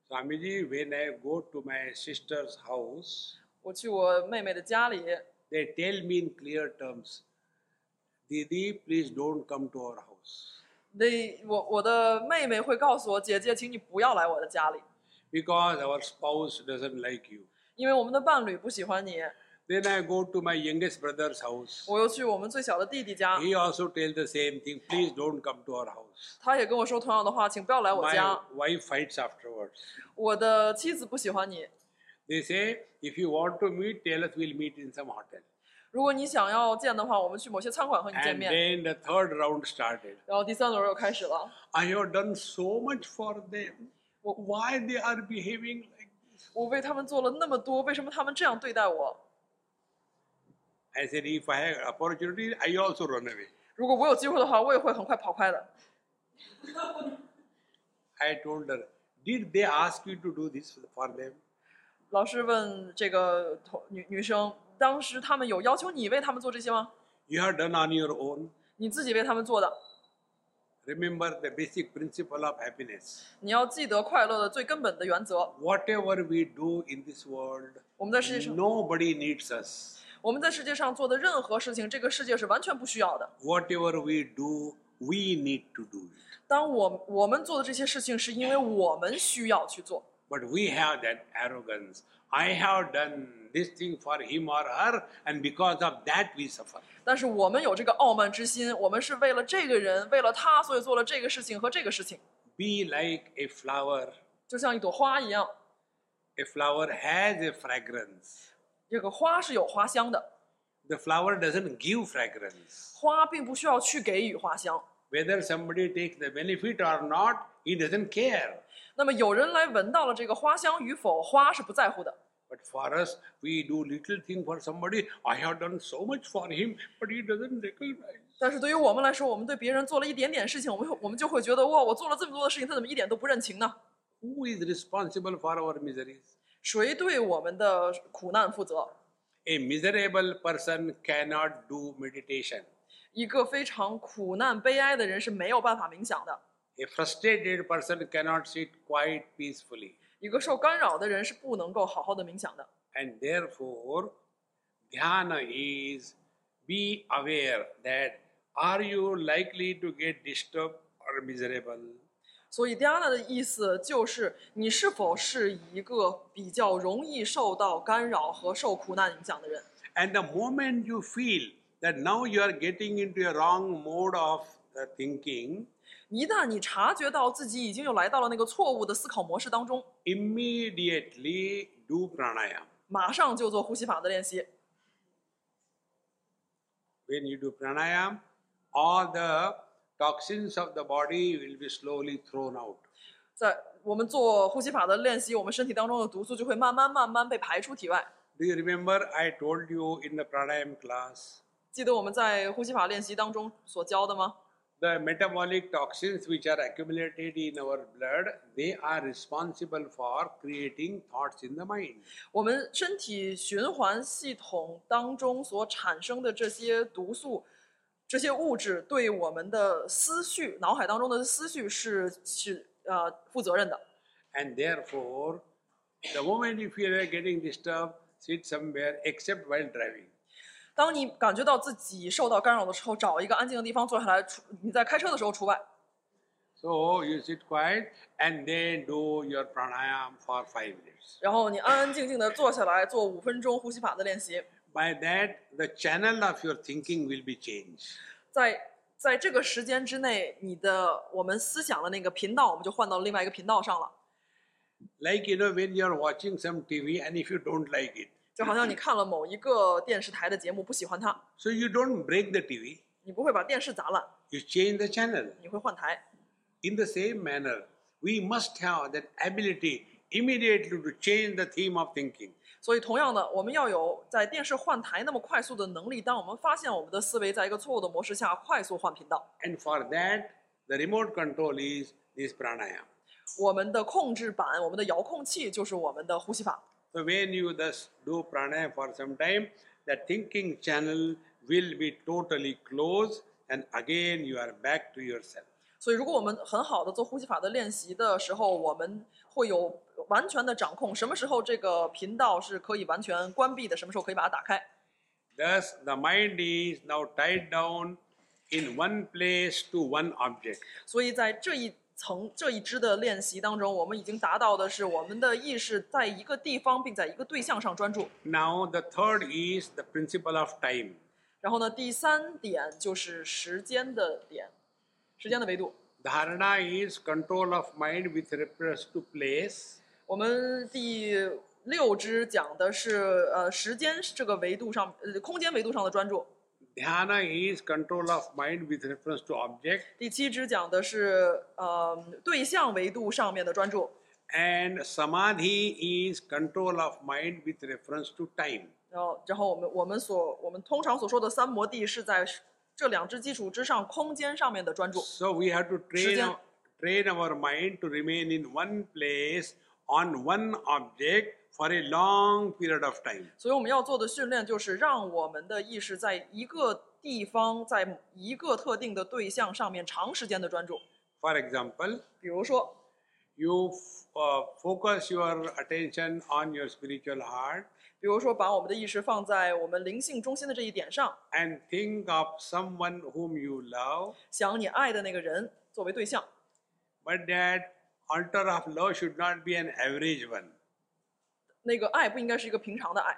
Swamiji, when I go to my sister's house,
我去我妹妹的家里，
they tell me in clear terms, Didi, please don't come to our house.
那我我的妹妹会告诉我，姐姐，请你不要来我的家里，
Because our spouse doesn't like you.
因为我们的伴侣不喜欢你。
Then I go to my youngest brother's house.
我又去我们最小的弟弟家，
He also tells the same thing, please don't come to our house.
他也跟我说同样的话，请不要来我
My
家。
wife fights afterwards.
我的妻子不喜欢你，
They say, if you want to meet, tell us we'll meet in some hotel.
如果你想要见的话，我们去某些餐馆和你见
And
面。
then the third round started.
然后第三轮又开始了，
I have done so much for them.
Wha-
Why they are behaving like this?
我为他们做了那么多，为什么他们这样对待我？
I said, if I have opportunity, I also run away.
如果我有机会的话，我也会很快跑开的。
I told her, did they ask you to do this for them?
老师问这个同女女生，当时他们有要求你为他们做这些吗？
You have done on your own.
你自己为他们做的，
Remember the basic principle of happiness.
你要记得快乐的最根本的原则。
Whatever we do in this world,
我们在世界
嗯
上，
nobody needs us.
我们在世界上做的任何事情，这个世界是完全不需要的。
Whatever we do, we need to do it.
当我我们做的这些事情，是因为我们需要去做。
But we have that arrogance. I have done this thing for him or her, and because of that we suffer.
但是我们有这个傲慢之心，我们是为了这个人，为了他，所以做了这个事情和这个事情，
Be like a flower.
就像一朵花一样。
A flower has a fragrance.
这个花是有花香的，
The flower doesn't give fragrance.
花并不需要去给予花香。
Whether somebody takes the benefit or not, he doesn't care.
那么有人来闻到了这个花香与否，花是不在乎的。
But for us, we do little thing for somebody. I have done so much for him, but he doesn't recognize.
但是对于我们来说，我们对别人做了一点点事情，我们会我们就会觉得哇，我做了这么多的事情，他怎么一点都不认情呢？
Who is responsible for our miseries?
谁对我们的苦难负责？
A miserable person cannot do meditation.
一个非常苦难悲哀的人是没有办法冥想的，
A frustrated person cannot sit quite peacefully.
一个受干扰的人是不能够好好的冥想的。
And therefore, dhyana is be aware that are you likely to get disturbed or miserable?
所以 Diana 的意思就是，你是否是一个比较容易受到干扰和受苦难影响的人？
And the moment you feel that now you are getting into a wrong mode of uh, thinking,
一旦你察觉到自己已经有来到了那个错误的思考模式当中，
immediately do pranayama.
马上就做呼吸法的练习。
When you do pranayama, all the toxins of the body will be slowly thrown out.
在我们做呼吸法的练习，我们身体当中的毒素就会慢慢慢慢被排出体外。
Do you remember I told you in the pranayama class?
记得我们在呼吸法练习当中所教的吗？
the metabolic toxins which are accumulated in our blood they are responsible for creating thoughts in the mind
我们身体循环系统当中所产生的这些毒素、这些物质，对我们的思绪、脑海当中的思绪是是呃负责任的。
and therefore the moment you feel you're getting disturbed sit somewhere except while driving
当你感觉到自己受到干扰的时候，找一个安静的地方坐下来，除你在开车的时候除外。
so you sit quiet and then do your pranayam for 5 minutes
然后你安安静静的坐下来做五分钟呼吸法的练习，
by that the channel of your thinking will be changed
在在这个时间之内，你的我们思想的那个频道，我们就换到另外一个频道上了。
like you know when you're watching some tv and if you don't like it
就好像你看了某一个电视台的节目，不喜欢它，
so you don't break the tv
你不会把电视砸烂，
you change the channel
你会换台。
In the same manner, we must have that ability immediately to change the theme of thinking.
所以，同样的，我们要有在电视换台那么快速的能力。当我们发现我们的思维在一个错误的模式下快速换频道，
And for that, the remote control is this pranayama.
我们的控制板、我们的遥控器就是我们的呼吸法。
So when you thus do pranayama for some time, the thinking channel will be totally closed and again you are back to yourself.
所以，如果我们很好的做呼吸法的练习的时候，我们会有完全的掌控，什么时候这个频道是可以完全关闭的，什么时候可以把它打开。
Thus, the mind is now tied down in one place to one object.
所以在这一层这一支的练习当中，我们已经达到的是我们的意识在一个地方并在一个对象上专注。
Now, the third is the principle of time.
然后呢，第三点就是时间的点，时间的维度。
Dharana is control of mind with reference to place.
我们第六支讲的是呃时间这个维度上，呃空间维度上的专注。
Dhyana is control of mind with reference to object.
第七支讲的是呃对象维度上面的专注，
And Samadhi is control of mind with reference to time.
然后然后我们我们所我们通常所说的三摩地是在这两支基础之上空间上面的专注。
So we have to train,
Shrijan.
train our mind to remain in one place on one object for a long period of time.
所以我们要做的训练就是让我们的意识在一个地方，在一个特定的对象上面长时间的专注。
For example,
比如说，
you f- uh, focus your attention on your spiritual heart
比如说把我们的意识放在我们灵性中心的这一点上，
and think of someone whom you love.
想你爱的那个人作为对象。
But that altar of love should not be an average one.
那个爱不应该是一个平常的爱。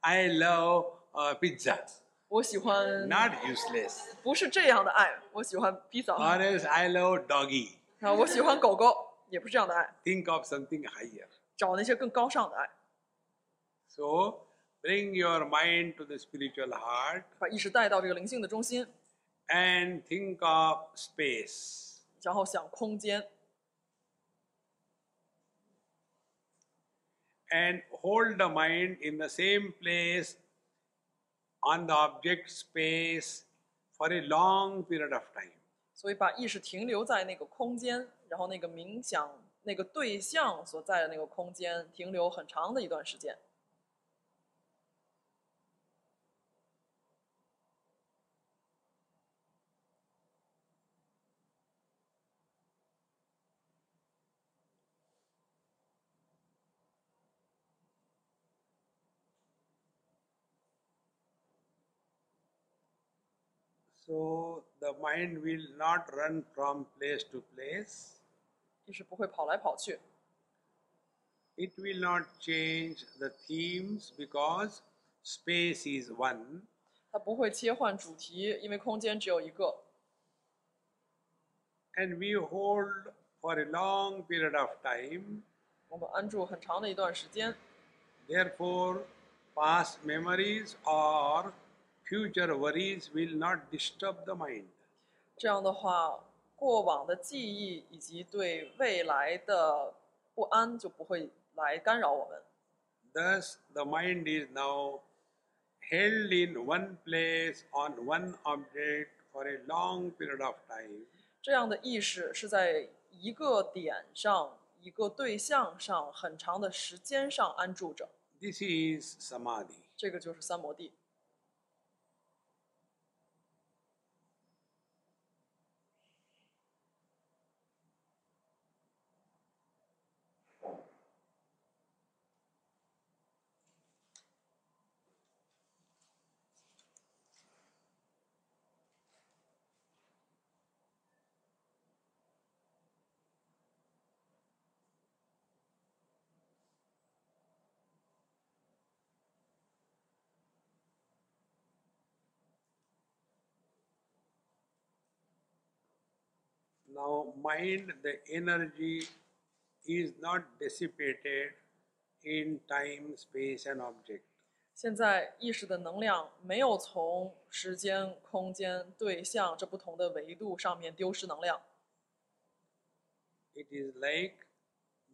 I love uh, pizza,
我喜欢
not useless.
不是这样的爱，我喜欢披萨
Or else I love doggy.
啊，我喜欢狗狗，也不是这样的爱，
Think of something higher.
找那些更高尚的爱，
So bring your mind to the spiritual heart
把意识带到这个灵性的中心，
and think of space.
然后想空间，
And hold the mind in the same place on the object space for a long period of time.
所以把意识停留在那个空间，然后那个冥想那个对象所在的那个空间停留很长的一段时间。
So the mind will not run from place to place.
意识不会跑来跑去，
It will not change the themes because space is one.
它不会切换主题，因为空间只有一个。
And we hold for a long period of time.
我们安住很长的一段时间，
Therefore, past memories or future worries will not disturb the mind.
这样的话，过往的记忆以及对未来的不安就不会来干扰我们。
Thus, the mind is now held in one place on one object for a long period of time.
这样的意识是在一个点上、一个对象上很长的时间上安住着，
This is samadhi.
这个就是三摩地。
Now, mind, the energy is not dissipated in time, space, and object.
现在意识的能量没有从时间、空间、对象这不同的维度上面丢失能量，
It is like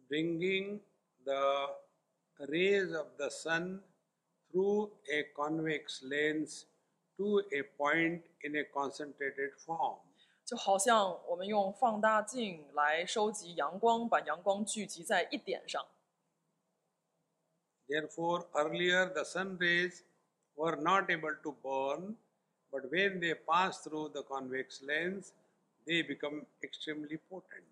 bringing the rays of the sun through a convex lens to a point in a concentrated form.
就好像我们用放大镜来收集阳光，把阳光聚集在一点上。
Therefore, earlier the sun rays were not able to burn, but when they pass through the convex lens, they become extremely potent.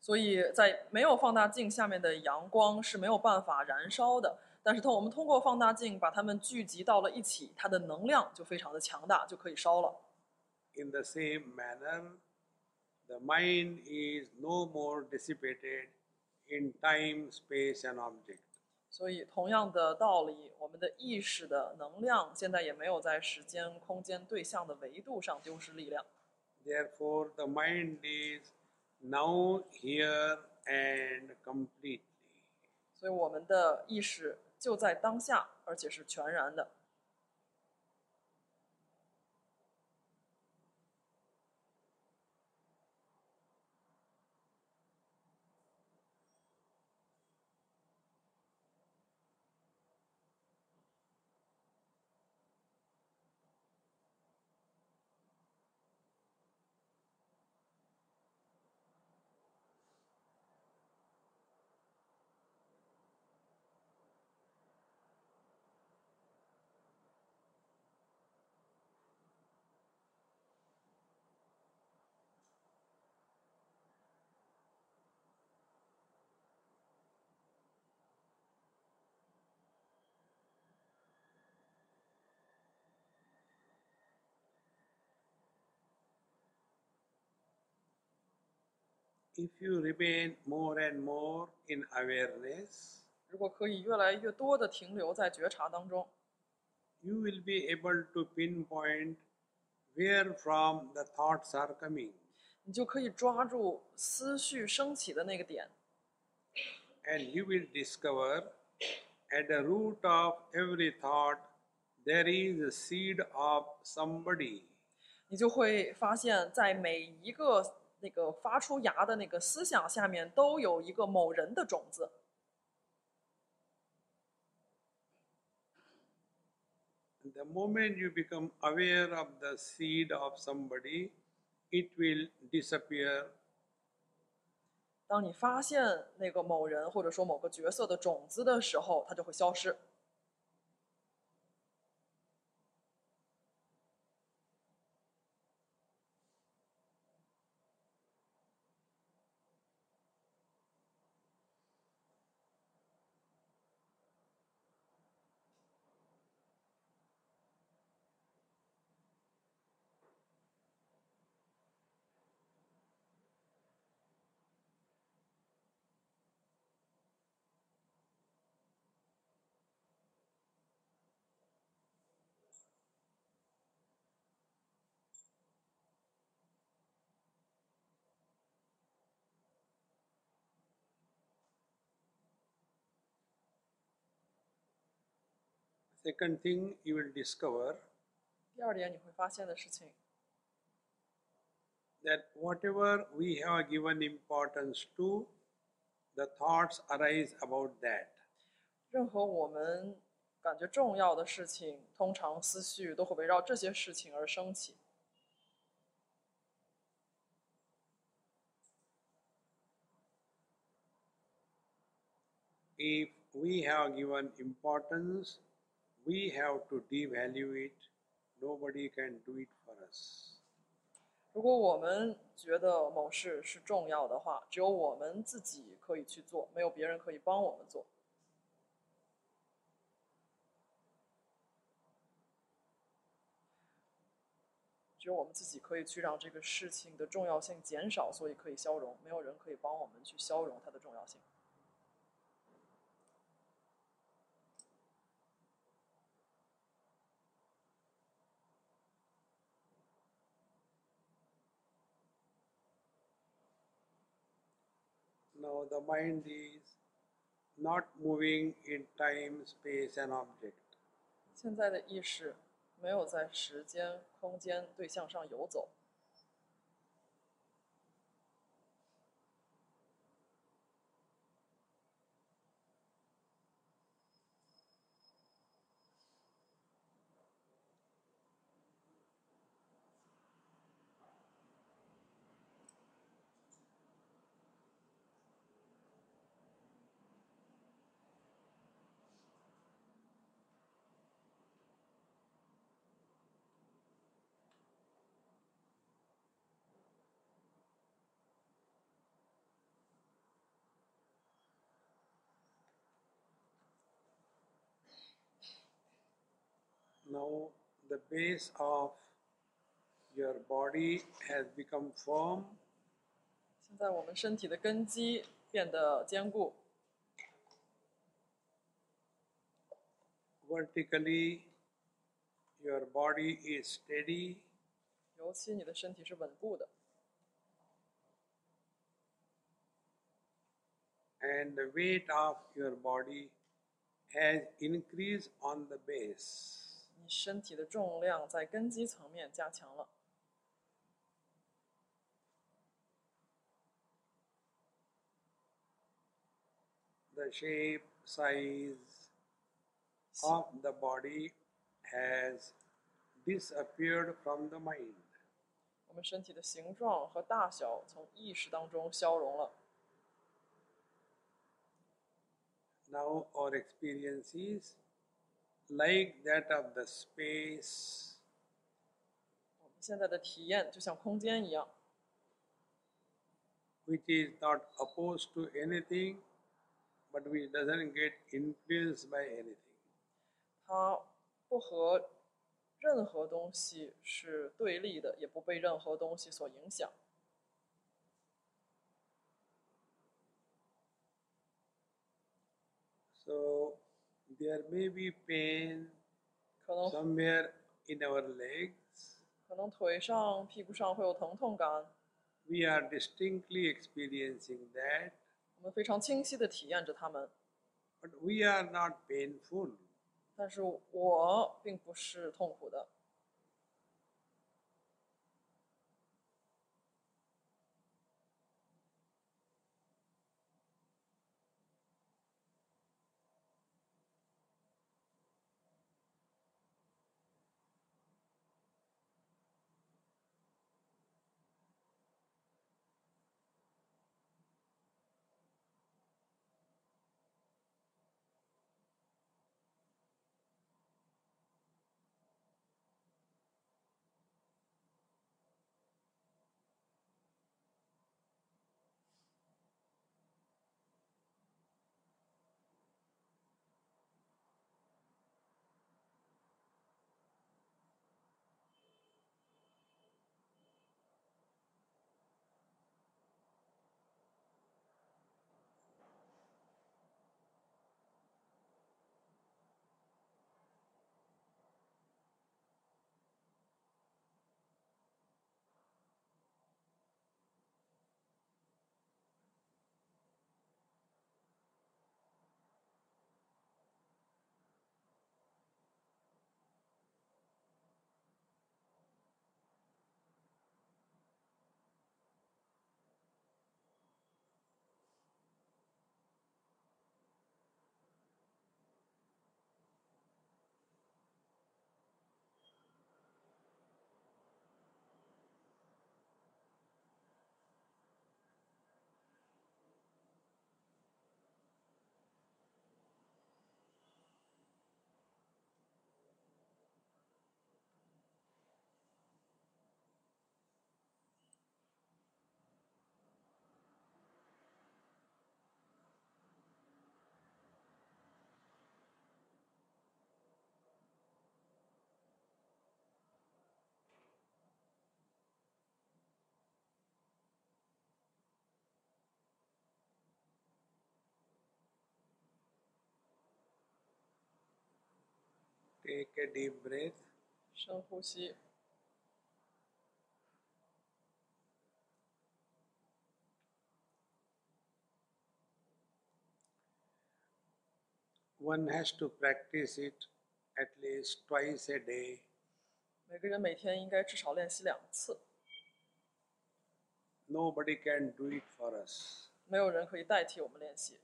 所以在没有放大镜下面的阳光是没有办法燃烧的。但是通我们通过放大镜把它们聚集到了一起，它的能量就非常的强大，就可以烧了。
In the same manner, the mind is no more dissipated in time, space, and object.
所以同样的道理，我们的意识的能量现在也没有在时间、空间、对象的维度上丢失力量。
Therefore, the mind is now here and completely.
所以我们的意识就在当下，而且是全然的。
If you remain more and more in awareness,
如果可以越来越多的停留在觉察当中，
you will be able to pinpoint where from the thoughts are coming
你就可以抓住思绪升起的那个点，
and you will discover at the root of every thought there is a seed of somebody
你就会发现，在每一个那个发出芽的那个思想下面，都有一个某人的种子。
And the moment you become aware of the seed of somebody, it will disappear.
当你发现那个某人或者说某个角色的种子的时候，它就会消失。
Second thing you will discover
第二点，你会发现的事情，
that whatever we have given importance to, the thoughts arise about that.
任何我们感觉重要的事情，通常思绪都会围绕这些事情而升起。
If we have given importance, we have to devalue it. Nobody can do it for us.
如果我们觉得某事是重要的话，只有我们自己可以去做，没有别人可以帮我们做。只有我们自己可以去让这个事情的重要性减少，所以可以消融。没有人可以帮我们去消融它的重要性。
Now the mind is not moving in time, space, and object.
现在的意识没有在时间、空间对象上游走，
Now the base of your body has become firm.
现在我们身体的根基变得坚固，
Vertically, your body is steady.
尤其你的身体是稳固的。
and the weight of your body has increased on the base.
你身体的重量在根基层面加强了。
The shape, size of the body has disappeared from the mind.
我们身体的形状和大小从意识当中消融了。
Now our experience is like that of the space,
我们现在的体验就像空间一样，
which is not opposed to anything, but which doesn't get influenced by anything.
它不和任何东西是对立的，也不被任何东西所影响。
So there may be pain,
可能
somewhere in our legs,
可能腿上、屁股上会有疼痛感，
we are distinctly experiencing that,
我们非常清晰地体验着它们。
but we are not painful.
但是我并不是痛苦的，
Take a deep breath.
深呼吸，
One has to practice it at least twice a day.
每个人每天应该至少练习两次，
Nobody can do it for us.
没有人可以代替我们练习。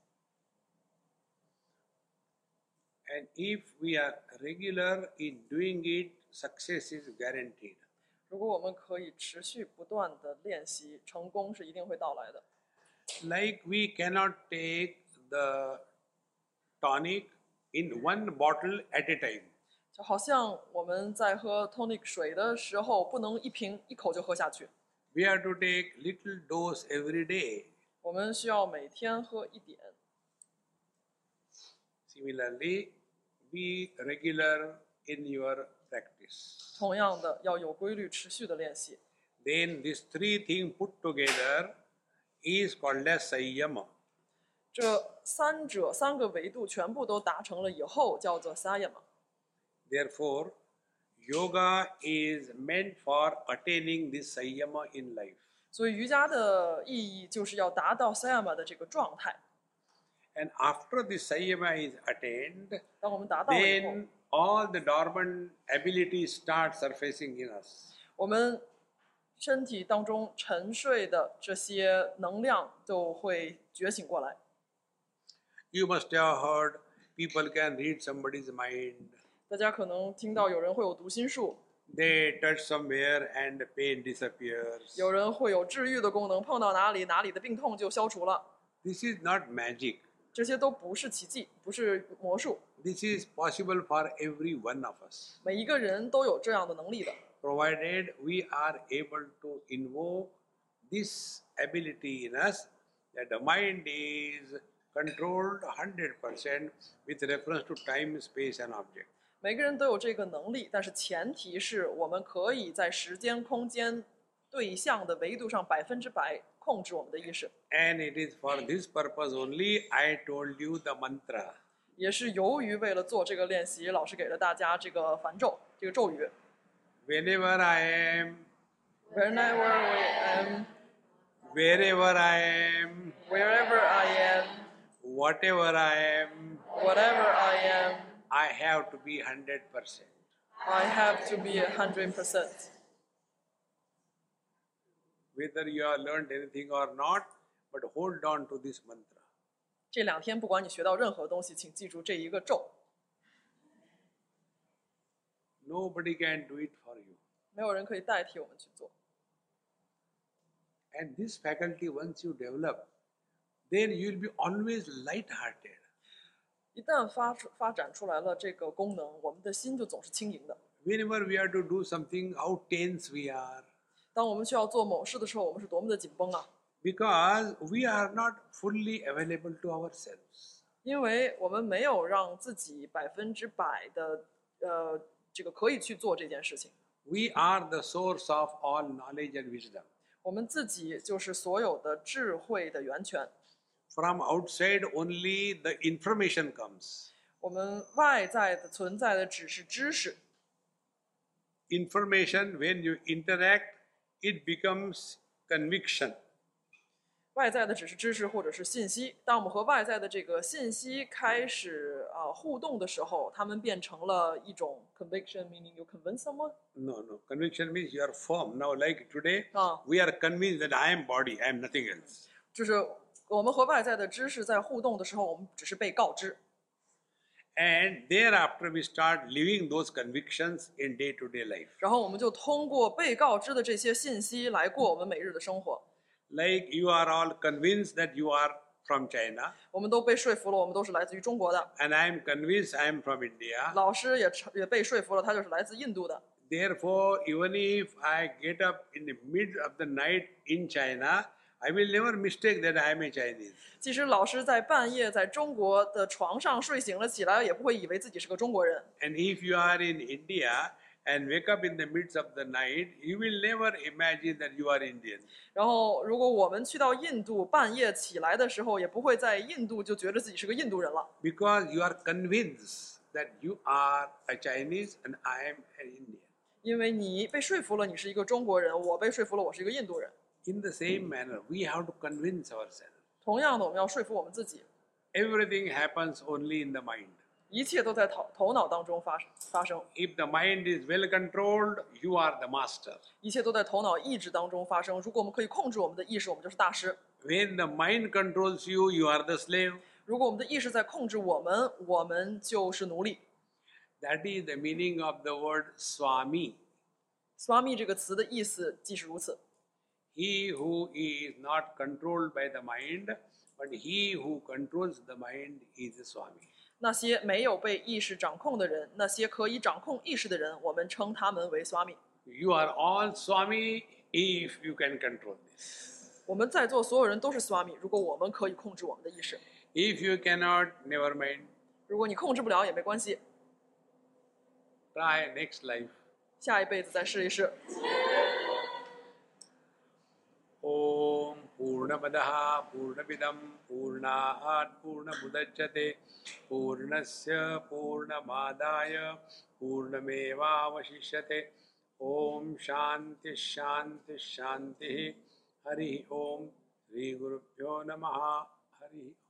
And if we are regular in doing it, success is guaranteed.
如果我们可以持续不断的练习，成功是一定会到来的。
Like we cannot take the tonic in one bottle at a time.
就好像我们在喝 tonic 水的时候，不能一瓶一口就喝下去，
We have to take little dose every day.
我们需要每天喝一点。
Similarly, be regular in your practice.
同样的，要有规律、持续的练习。
Then these three things put together is called as Sayama.
这三者三个维度全部都达成了以后，叫做 sayama。
Therefore, yoga is meant for attaining this Sayama in life.
所以瑜伽的意义就是要达到 sayama 的这个状态。
And after this Sayama is attained,
当我们达到了以后，
then all the dormant abilities start surfacing in us.
我们身体当中沉睡的这些能量就会觉醒过来。
You must have heard people can read somebody's mind.
大家可能听到有人会有读心术，
They touch somewhere and the pain disappears.
有人会有治愈的功能，碰到哪里哪里的病痛就消除了。
This is not magic.
这些都不是奇迹，不是魔术，
This is possible for every one of us,
每一个人都有这样的能力的。
provided we are able to invoke this ability in us that the mind is controlled 100% with reference to time, space, and object.
每个人都有这个能力，但是前提是我们可以在时间、空间、对象的维度上百分之百控制我们的意识。
And it is for this purpose only I told you the mantra.
也是由于为了做这个练习，老师给了大家这个梵咒，这个咒语。
Whenever I am,
Whenever I am,
wherever I am,
wherever I am,
whatever I am,
whatever I am,
I have to be 100%.
I have to be a hundred percent.
Whether you have learned anything or not, but hold on to this mantra.
这两天不管你学到任何东西，请记住这一个咒，
Nobody can do it for you.
没有人可以代替我们去做。
And this faculty, once you develop, then you will be always light-hearted.
一旦发出发展出来了这个功能，我们的心就总是轻盈的。
Whenever we have to do something, how tense we are.
当我们需要做某事的时候，我们是多么的紧绷啊！
Because we are not fully available to ourselves.
因为我们没有让自己百分之百的呃这个可以去做这件事情。
We are the source of all knowledge and wisdom.
我们自己就是所有的智慧的源泉。
From outside only the information comes.
我们外在的存在的只是知识，
Information, when you interact, it becomes conviction.
外在的只是知识或者是信息。当我们和外在的这个信息开始呃互动的时候，它们变成了一种 conviction，meaning you convince someone。
No, no. Conviction means you are firm. Now, like today,
Ah.
we are convinced that I am body, I am nothing else.
就是我们和外在的知识在互动的时候，我们只是被告知，
And thereafter, we start living those convictions in day to day life.
然后我们就通过被告知的这些信息来过我们每日的生活。
Like you are all convinced that you are from China,
我们都被说服了，我们都是来自于中国的。
and I am convinced I am from India.
老师也承也被说服了，他就是来自印度的。
Therefore, even if I get up in the mid of the night in China, I will never mistake that I am a Chinese.
即使老师在半夜在中国的床上睡醒了起来，也不会以为自己是个中国人。
And if you are in India and wake up in the midst of the night, you will never imagine that you are Indian.
然后，如果我们去到印度，半夜起来的时候，也不会在印度就觉得自己是个印度人了，
because you are convinced that you are a Chinese and I am an Indian.
因为你被说服了，你是一个中国人；我被说服了，我是一个印度人。
In the same manner, we have to convince ourselves.
同样的，我们要说服我们自己，
Everything happens only in the mind.
一切都在头头脑当中发发生，
If the mind is well controlled, you are the master.
一切都在头脑意志当中发生。如果我们可以控制我们的意识，我们就是大师；
When the mind controls you, you are the slave.
如果我们的意识在控制我们，我们就是奴隶。
That is the meaning of the word Swami.
Swami 这个词的意思即是如此。
He who is not controlled by the mind, but he who controls the mind is the Swami.
那些没有被意识掌控的人，那些可以掌控意识的人，我们称他们为 Swami。
You are all Swami if you can control this.
我们在座所有人都是 Swami。如果我们可以控制我们的意识，
If you cannot, never mind.
如果你控制不了也没关系，
Try next life.
下一辈子再试一试。
ॐ पूर्णमदः पूर्णमिदं पूर्णात् पूर्णमुदच्यते पूर्णस्य पूर्णमादाय पूर्णमेवावशिष्यते ॐ शान्तिः शान्तिः शान्तिः हरिः ॐ श्रीगुरुभ्यो नमः हरिः